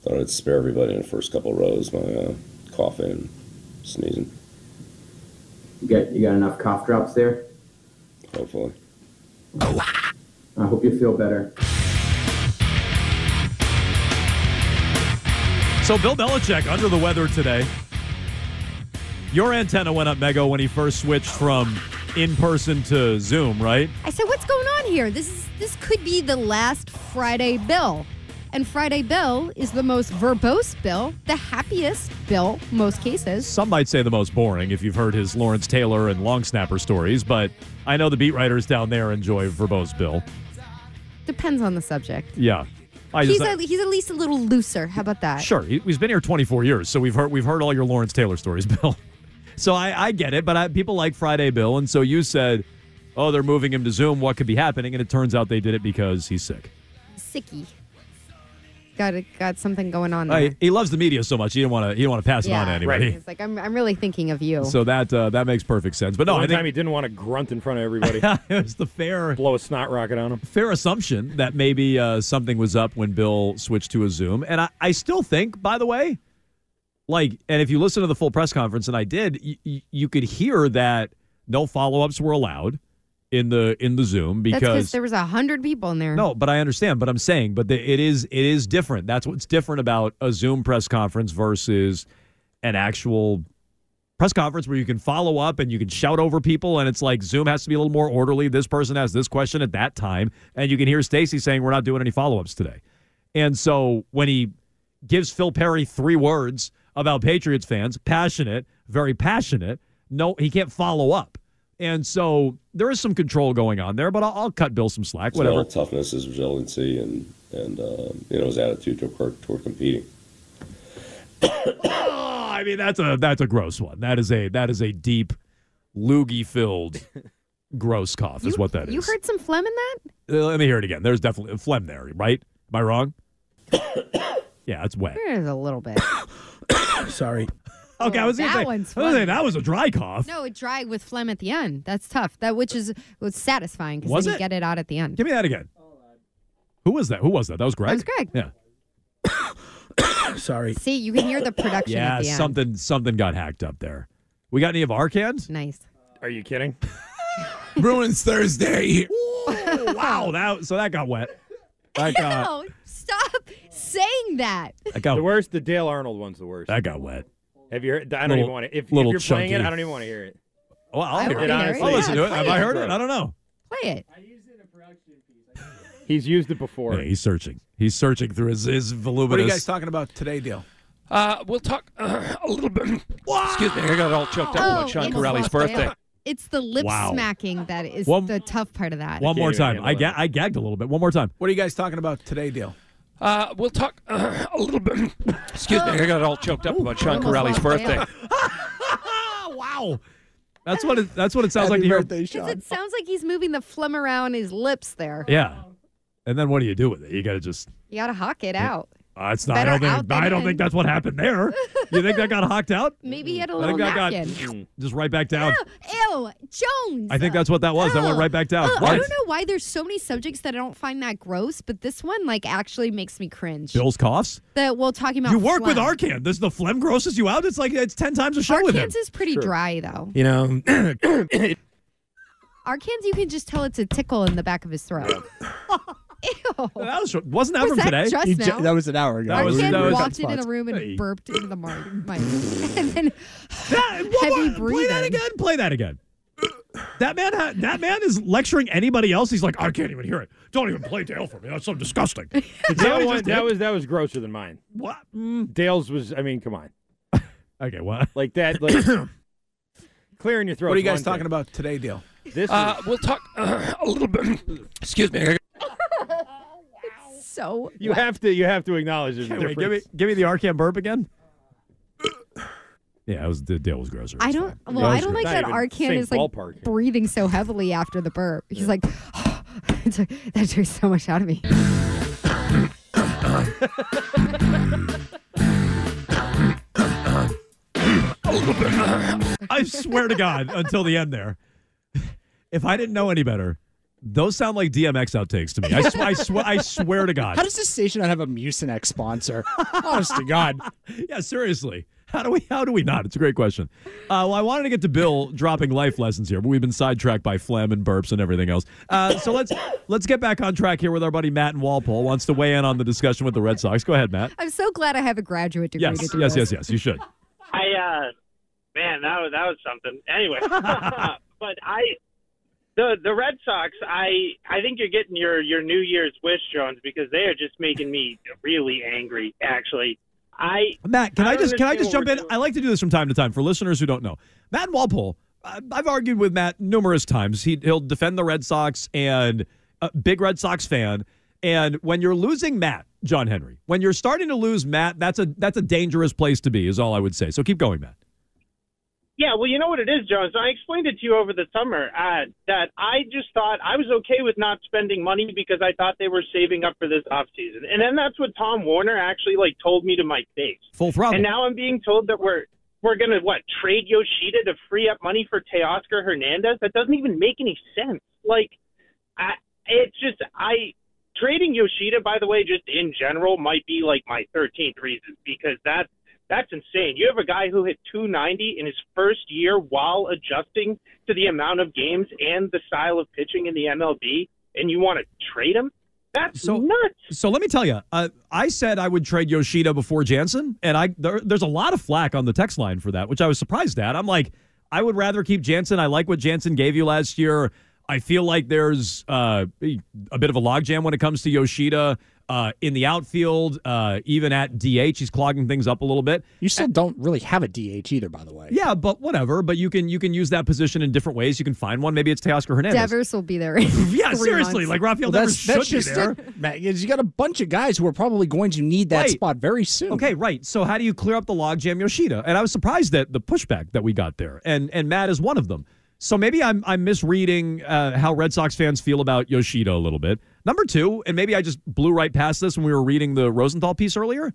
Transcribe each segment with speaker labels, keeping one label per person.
Speaker 1: Thought I'd spare everybody in the first couple rows my uh, coughing and sneezing,
Speaker 2: You got you got enough cough drops there.
Speaker 1: hopefully.
Speaker 2: I hope you feel better.
Speaker 3: So Bill Belichick under the weather today. Your antenna went up, Mego, when he first switched from in person to Zoom, right?
Speaker 4: I said, "What's going on here? This is this could be the last Friday Bill." And Friday Bill is the most verbose bill, the happiest bill, most cases.
Speaker 3: Some might say the most boring if you've heard his Lawrence Taylor and long snapper stories, but I know the beat writers down there enjoy verbose Bill.
Speaker 4: Depends on the subject.
Speaker 3: Yeah, I
Speaker 4: He's,
Speaker 3: just
Speaker 4: at he's at least a little looser. How about that?
Speaker 3: sure he- he's been here 24 years, so we've heard we've heard all your Lawrence Taylor stories, Bill. So I, I get it, but I, people like Friday Bill, and so you said, "Oh, they're moving him to Zoom. What could be happening?" And it turns out they did it because he's sick.
Speaker 4: Sicky. Got it. Got something going on there.
Speaker 3: I, he loves the media so much he didn't want to he didn't want to pass it on to anybody.
Speaker 4: It's like I'm, I'm really thinking of you.
Speaker 3: So that uh, that makes perfect sense. But no,
Speaker 5: the
Speaker 3: I
Speaker 5: only time
Speaker 3: think
Speaker 5: he didn't want to grunt in front of everybody,
Speaker 3: it was the fair
Speaker 5: blow a snot rocket on him.
Speaker 3: fair assumption that maybe uh, something was up when Bill switched to a Zoom. And I, I still think, by the way, like, and if you listen to the full press conference, and I did, y- y- you could hear that no follow ups were allowed in the in the Zoom
Speaker 4: That's because
Speaker 3: because
Speaker 4: there was a hundred people in there.
Speaker 3: No, but I understand. But I'm saying, but the, it is it is different. That's what's different about a Zoom press conference versus an actual press conference where you can follow up and you can shout over people, and it's like Zoom has to be a little more orderly. This person has this question at that time, and you can hear Stacy saying, "We're not doing any follow ups today." And so when he gives Phil Perry three words about Patriots fans, passionate, very passionate. No, he can't follow up. And so there is some control going on there, but I'll, I'll cut Bill some slack.
Speaker 1: His
Speaker 3: Whatever.
Speaker 1: mental toughness, his resiliency, and and uh, you know his attitude toward, toward competing.
Speaker 3: Oh, I mean that's a that's a gross one. That is a that is a deep, loogie filled, gross cough is
Speaker 4: You-
Speaker 3: what that is.
Speaker 4: You heard some phlegm in that?
Speaker 3: Uh, Let me hear it again. There's definitely a phlegm there, right? Am I wrong? yeah, it's wet.
Speaker 4: There is a little bit.
Speaker 6: Sorry.
Speaker 3: Okay, I was gonna
Speaker 4: that
Speaker 3: say,
Speaker 4: one's
Speaker 3: I was gonna say
Speaker 4: funny.
Speaker 3: that was a dry cough.
Speaker 4: no, it dried with phlegm at the end. That's tough. That which is was satisfying
Speaker 3: Was
Speaker 4: because you
Speaker 3: it?
Speaker 4: get it out at the end.
Speaker 3: Give me that again. Who was that? Who was that? That was Greg.
Speaker 4: That was Greg.
Speaker 3: Yeah.
Speaker 6: Sorry.
Speaker 4: See, you can hear the production
Speaker 3: Yeah.
Speaker 4: at the end.
Speaker 3: Something something got hacked up there. We got any of our cans?
Speaker 4: Nice.
Speaker 5: Are you kidding?
Speaker 6: Bruins Thursday.
Speaker 3: wow. That so that got wet. That got
Speaker 4: No, stop saying that.
Speaker 3: that
Speaker 5: The
Speaker 3: got
Speaker 5: worst, the Dale Arnold one's the worst.
Speaker 3: that got wet.
Speaker 5: Have you heard? I don't
Speaker 3: Little-
Speaker 5: even want to. If, if
Speaker 3: little
Speaker 5: you're playing it,
Speaker 3: chunky.
Speaker 5: I don't even want to hear it.
Speaker 3: Well, I'll
Speaker 4: I
Speaker 3: hear
Speaker 4: wanna
Speaker 3: it.
Speaker 5: hear it.
Speaker 3: I'll listen to it.
Speaker 4: Yeah,
Speaker 3: Have
Speaker 4: play
Speaker 3: I
Speaker 4: it.
Speaker 3: heard it? I don't know.
Speaker 4: Play it.
Speaker 5: He's used it before.
Speaker 3: Yeah, he's searching. He's searching through his, his
Speaker 6: What are
Speaker 3: voluminous.
Speaker 6: you guys talking about today, Dale?
Speaker 7: Uh, we'll talk uh, a little bit. Excuse me, I got all
Speaker 4: Oh,
Speaker 7: choked up
Speaker 3: Oh,
Speaker 7: about Sean
Speaker 4: it's
Speaker 7: Corelli's
Speaker 4: lost my-
Speaker 7: birthday.
Speaker 4: It's the lip
Speaker 3: Wow.
Speaker 4: smacking that is
Speaker 3: One-
Speaker 4: the tough part of that.
Speaker 3: One
Speaker 5: can't
Speaker 3: more
Speaker 5: even
Speaker 3: time.
Speaker 5: handle
Speaker 3: I,
Speaker 5: it.
Speaker 3: ga- I gagged a little bit. One more time.
Speaker 6: What are you guys talking about today, Dale?
Speaker 7: Uh, we'll talk uh, a little bit. Excuse me, I got all choked up about Sean
Speaker 4: almost
Speaker 7: Corelli's
Speaker 4: lost my
Speaker 7: birthday.
Speaker 4: hand.
Speaker 3: wow. That's what it, that's what it sounds like to
Speaker 6: Happy
Speaker 3: hear.
Speaker 6: birthday,
Speaker 4: Because
Speaker 6: Sean.
Speaker 4: it sounds like he's moving the phlegm around his lips there.
Speaker 3: Yeah. And then what do you do with it? You got to just.
Speaker 4: You gotta hawk it out.
Speaker 3: Uh, it's not. I
Speaker 4: Better
Speaker 3: don't
Speaker 4: out
Speaker 3: think.
Speaker 4: than
Speaker 3: I don't
Speaker 4: in.
Speaker 3: think that's what happened there. You think that got hocked out?
Speaker 4: Maybe he had a
Speaker 3: I
Speaker 4: little
Speaker 3: think that
Speaker 4: napkin.
Speaker 3: got just right back down.
Speaker 4: Ew, Jones.
Speaker 3: I think that's what that was. That went
Speaker 4: Ugh.
Speaker 3: right back down.
Speaker 4: Ugh, Oh, I
Speaker 3: Right.
Speaker 4: don't know why there's so many subjects that I don't find that gross, but this one like actually makes me cringe.
Speaker 3: Bill's coughs.
Speaker 4: That well talking about
Speaker 3: You work with
Speaker 4: phlegm.
Speaker 3: Arcan. This the phlegm grosses you out. It's like it's ten times a show with him.
Speaker 4: Arcans is pretty dry though.
Speaker 6: You know,
Speaker 4: Arcans, you can just tell it's a tickle in the back of his throat. Ew.
Speaker 3: That was, wasn't that
Speaker 4: Was
Speaker 3: from
Speaker 4: that
Speaker 3: today?
Speaker 4: just now?
Speaker 6: that was an hour ago.
Speaker 3: That was-
Speaker 4: Arcan
Speaker 3: that was-
Speaker 4: walked into the room and
Speaker 3: Hey.
Speaker 4: burped into the mic, mic. and then
Speaker 3: That, what-
Speaker 4: Heavy
Speaker 3: what- Play that
Speaker 4: breathing.
Speaker 3: again. Play that again. That man, ha- that man is lecturing anybody else. He's like, I can't even hear it. Don't even play Dale for me. That's so disgusting. Is that what
Speaker 5: That,
Speaker 3: he
Speaker 5: one,
Speaker 3: just
Speaker 5: that
Speaker 3: did?
Speaker 5: was that was grosser than mine.
Speaker 3: what? Mm.
Speaker 5: Dale's was. I mean, come on,
Speaker 3: Okay, what?
Speaker 5: like that. Like clearing your throat.
Speaker 6: what are you guys talking about today, Dale?
Speaker 5: about? This.
Speaker 7: Uh, we'll talk uh, a little bit. Excuse me, I got
Speaker 4: so.
Speaker 5: You have to you have to acknowledge the difference.
Speaker 3: Wait, give me give me the Arcan burp again. yeah, it was the deal was grosser.
Speaker 4: I
Speaker 3: It's
Speaker 4: don't.
Speaker 3: fine.
Speaker 4: Well, I
Speaker 3: Gross
Speaker 4: don't like
Speaker 3: gro-
Speaker 5: Not
Speaker 4: that
Speaker 5: even
Speaker 4: Arcan
Speaker 5: same
Speaker 4: is like
Speaker 5: ballpark.
Speaker 4: breathing so heavily after the burp. He's like, it took- that took so much out of me.
Speaker 3: I swear to God, until the end there, if I didn't know any better, those sound like DMX outtakes to me. I, sw- I, sw- I swear to God.
Speaker 8: How does this station not have a Mucinex sponsor? Honest to God.
Speaker 3: yeah, seriously. How do we? How do we not? It's a great question. Uh, well, I wanted to get to Bill dropping life lessons here, but we've been sidetracked by phlegm and burps and everything else. Uh, so let's let's get back on track here with our buddy Matt and Walpole wants to weigh in on the discussion with the Red Sox. Go ahead, Matt.
Speaker 4: I'm so glad I have a graduate degree.
Speaker 3: Yes,
Speaker 4: to do
Speaker 3: yes,
Speaker 4: this.
Speaker 3: yes, yes. You should.
Speaker 9: I uh man, that was that was something. Anyway. but I the the Red Sox, I I think you're getting your your New Year's wish Jones because they are just making me really angry actually. I
Speaker 3: Matt, can
Speaker 9: I
Speaker 3: I,
Speaker 9: don't
Speaker 3: just can I just
Speaker 9: understand
Speaker 3: jump in?
Speaker 9: what we're doing.
Speaker 3: I like to do this from time to time for listeners who don't know. Matt Walpole, I- I've argued with Matt numerous times. He he'll defend the Red Sox and a big Red Sox fan. And when you're losing Matt, John Henry, when you're starting to lose Matt, that's a that's a dangerous place to be. Is all I would say. So keep going, Matt.
Speaker 9: Yeah, well, you know what it is, Jones. I explained it to you over the summer uh, that I just thought I was okay with not spending money because I thought they were saving up for this off season, and then that's what Tom Warner actually like told me to my face.
Speaker 3: Full throttle.
Speaker 9: And now I'm being told that we're we're gonna what trade Yoshida to free up money for Teoscar Hernandez. That doesn't even make any sense. Like, I it's just I trading Yoshida. By the way, just in general, might be like my 13th reason because that's that's insane. You have a guy who hit 290 in his first year while adjusting to the amount of games and the style of pitching in the MLB, and you want to trade him? That's
Speaker 3: So-
Speaker 9: nuts.
Speaker 3: So let me tell you, uh, I said I would trade Yoshida before Jansen, and I there, there's a lot of flack on the text line for that, which I was surprised at. I'm like, I would rather keep Jansen. I like what Jansen gave you last year. I feel like there's uh, a bit of a logjam when it comes to Yoshida uh, in the outfield, uh, even at DH. He's clogging things up a little bit.
Speaker 8: You still don't really have a DH either, by the way.
Speaker 3: Yeah, but whatever. But you can you can use that position in different ways. You can find one. Maybe it's Teoscar Hernandez.
Speaker 4: Devers will be there. in
Speaker 3: yeah,
Speaker 4: three
Speaker 3: seriously.
Speaker 4: months.
Speaker 3: Like Rafael
Speaker 8: Well,
Speaker 3: Devers
Speaker 8: that's that's
Speaker 3: should
Speaker 8: just
Speaker 3: be there.
Speaker 8: it, Matt. You got a bunch of guys who are probably going to need that
Speaker 3: Right.
Speaker 8: spot very soon.
Speaker 3: Okay, right. So how do you clear up the logjam Yoshida? And I was surprised at the pushback that we got there, and and Matt is one of them. So maybe I'm I'm misreading uh, how Red Sox fans feel about Yoshida a little bit. Number two, and maybe I just blew right past this when we were reading the Rosenthal piece earlier.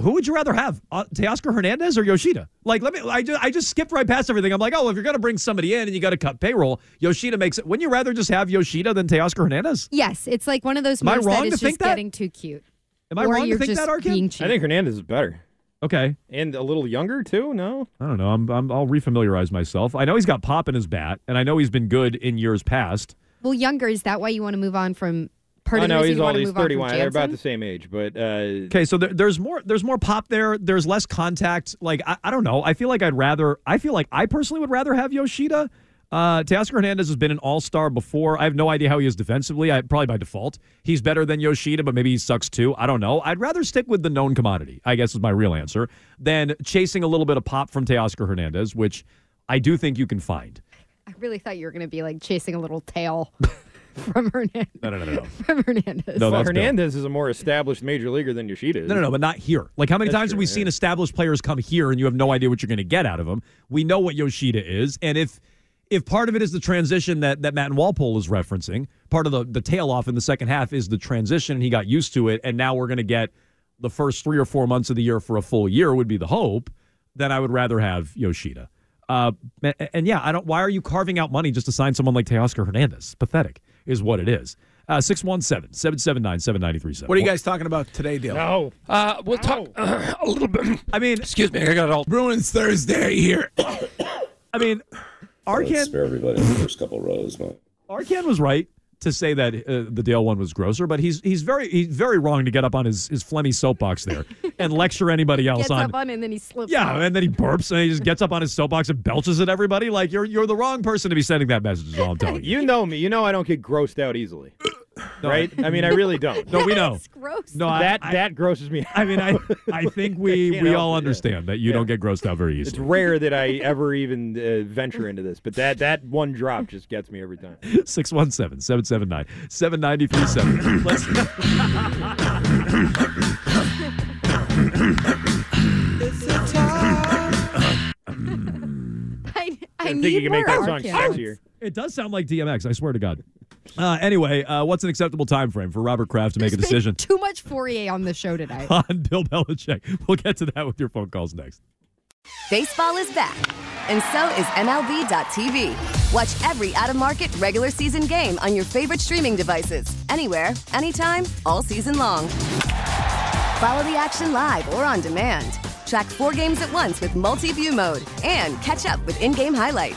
Speaker 3: Who would you rather have, uh, Teoscar Hernandez or Yoshida? Like, let me. I just I just skipped right past everything. I'm like, oh, if you're gonna bring somebody in and you got to cut payroll, Yoshida makes it. Wouldn't you rather just have Yoshida than Teoscar Hernandez?
Speaker 4: Yes, it's like one of those
Speaker 3: Am I
Speaker 4: moves
Speaker 3: wrong
Speaker 4: that
Speaker 3: to
Speaker 4: is just
Speaker 3: think that?
Speaker 4: getting too cute.
Speaker 3: Am I
Speaker 4: or
Speaker 3: wrong
Speaker 4: you're
Speaker 3: to think
Speaker 4: just
Speaker 3: that, Arkin?
Speaker 4: being cheap.
Speaker 5: I think Hernandez is better.
Speaker 3: Okay.
Speaker 5: And a little younger too, no?
Speaker 3: I don't know. I'm, I'm I'll refamiliarize myself. I know he's got pop in his bat, and I know he's been good in years past.
Speaker 4: well, younger is that why you want to move on from? Part
Speaker 5: I
Speaker 4: of the
Speaker 5: know
Speaker 4: reason
Speaker 5: he's
Speaker 4: you want
Speaker 5: old,
Speaker 4: to
Speaker 5: he's
Speaker 4: move on from
Speaker 5: 31. They're about
Speaker 4: Jansen?
Speaker 5: the same age, but uh
Speaker 3: Okay, so there, there's more there's more pop there. There's less contact. Like I, I don't know. I feel like I'd rather. I feel like I personally would rather have Yoshida. Uh, Teoscar Hernandez has been an all star before. I have no idea how he is defensively. I probably by default he's better than Yoshida, but maybe he sucks too. I don't know. I'd rather stick with the known commodity. I guess is my real answer than chasing a little bit of pop from Teoscar Hernandez, which I do think you can find.
Speaker 4: I really thought you were going to be like chasing a little tail from Hernandez.
Speaker 3: No, no, no, no, no.
Speaker 4: From Hernandez.
Speaker 3: No, Oh,
Speaker 5: well,
Speaker 3: that's Bill.
Speaker 5: Hernandez is a more established major leaguer than Yoshida is.
Speaker 3: No, no, no, but not here. Like, how many
Speaker 5: That's
Speaker 3: times have
Speaker 5: true,
Speaker 3: we
Speaker 5: yeah.
Speaker 3: seen established players come here and you have no idea what you're going to get out of them? We know what Yoshida is, and if if part of it is the transition that that Matt and Walpole is referencing, part of the the tail off in the second half is the transition, and he got used to it, and now we're going to get the first three or four months of the year for a full year would be the hope. Then I would rather have Yoshida. Uh, and, and yeah, I don't. Why are you carving out money just to sign someone like Teoscar Hernandez? Pathetic is what it is. Uh, 617-779-7937.
Speaker 6: What are you guys talking about today, deal?
Speaker 5: No.
Speaker 7: Uh, we'll talk a little bit.
Speaker 3: Oh. I mean,
Speaker 7: Excuse me, I got all.
Speaker 6: Bruins Thursday here.
Speaker 3: I mean,
Speaker 1: Thought it'd
Speaker 3: Arcan
Speaker 1: spare everybody in the first couple rows. My
Speaker 3: Arcan was right to say that uh, the Dale one was grosser, but he's he's very he's very wrong to get up on his his phlegmy soapbox there and lecture anybody else
Speaker 4: Gets
Speaker 3: on.
Speaker 4: up on it and then he slips.
Speaker 3: yeah,
Speaker 4: off.
Speaker 3: and then he burps and he just gets up on his soapbox and belches at everybody. Like you're you're the wrong person to be sending that message. Is all I'm telling you.
Speaker 5: You know me. You know I don't get grossed out easily. right? I mean, I really don't.
Speaker 3: No, we know.
Speaker 10: It's gross.
Speaker 3: No, I-
Speaker 5: that
Speaker 3: I,
Speaker 5: that grosses me. out.
Speaker 3: I mean, I, I think we,
Speaker 5: can't
Speaker 3: we
Speaker 5: help
Speaker 3: all
Speaker 5: it, yeah.
Speaker 3: understand that you don't get grossed out very
Speaker 5: It's
Speaker 3: easily.
Speaker 5: rare that I ever even uh, venture into this, but that that one drop just gets me every time.
Speaker 3: 617 779 7937. Let's.
Speaker 10: I, I
Speaker 5: I
Speaker 10: need
Speaker 5: think you can make that
Speaker 10: more
Speaker 5: song
Speaker 10: arcades.
Speaker 5: sexier.
Speaker 3: It does sound like DMX. I swear to God. Uh, anyway, uh, what's an acceptable time frame for Robert Kraft to make a
Speaker 10: There's been
Speaker 3: decision
Speaker 10: Too much Fourier on the show tonight.
Speaker 3: on Bill Belichick? We'll get to that with your phone calls next.
Speaker 4: Baseball is back, and so is MLB.tv. Watch every out of market regular season game on your favorite streaming devices, anywhere, anytime, all season long. Follow the action live or on demand. Track four games at once with multi view mode and catch up with in game highlights.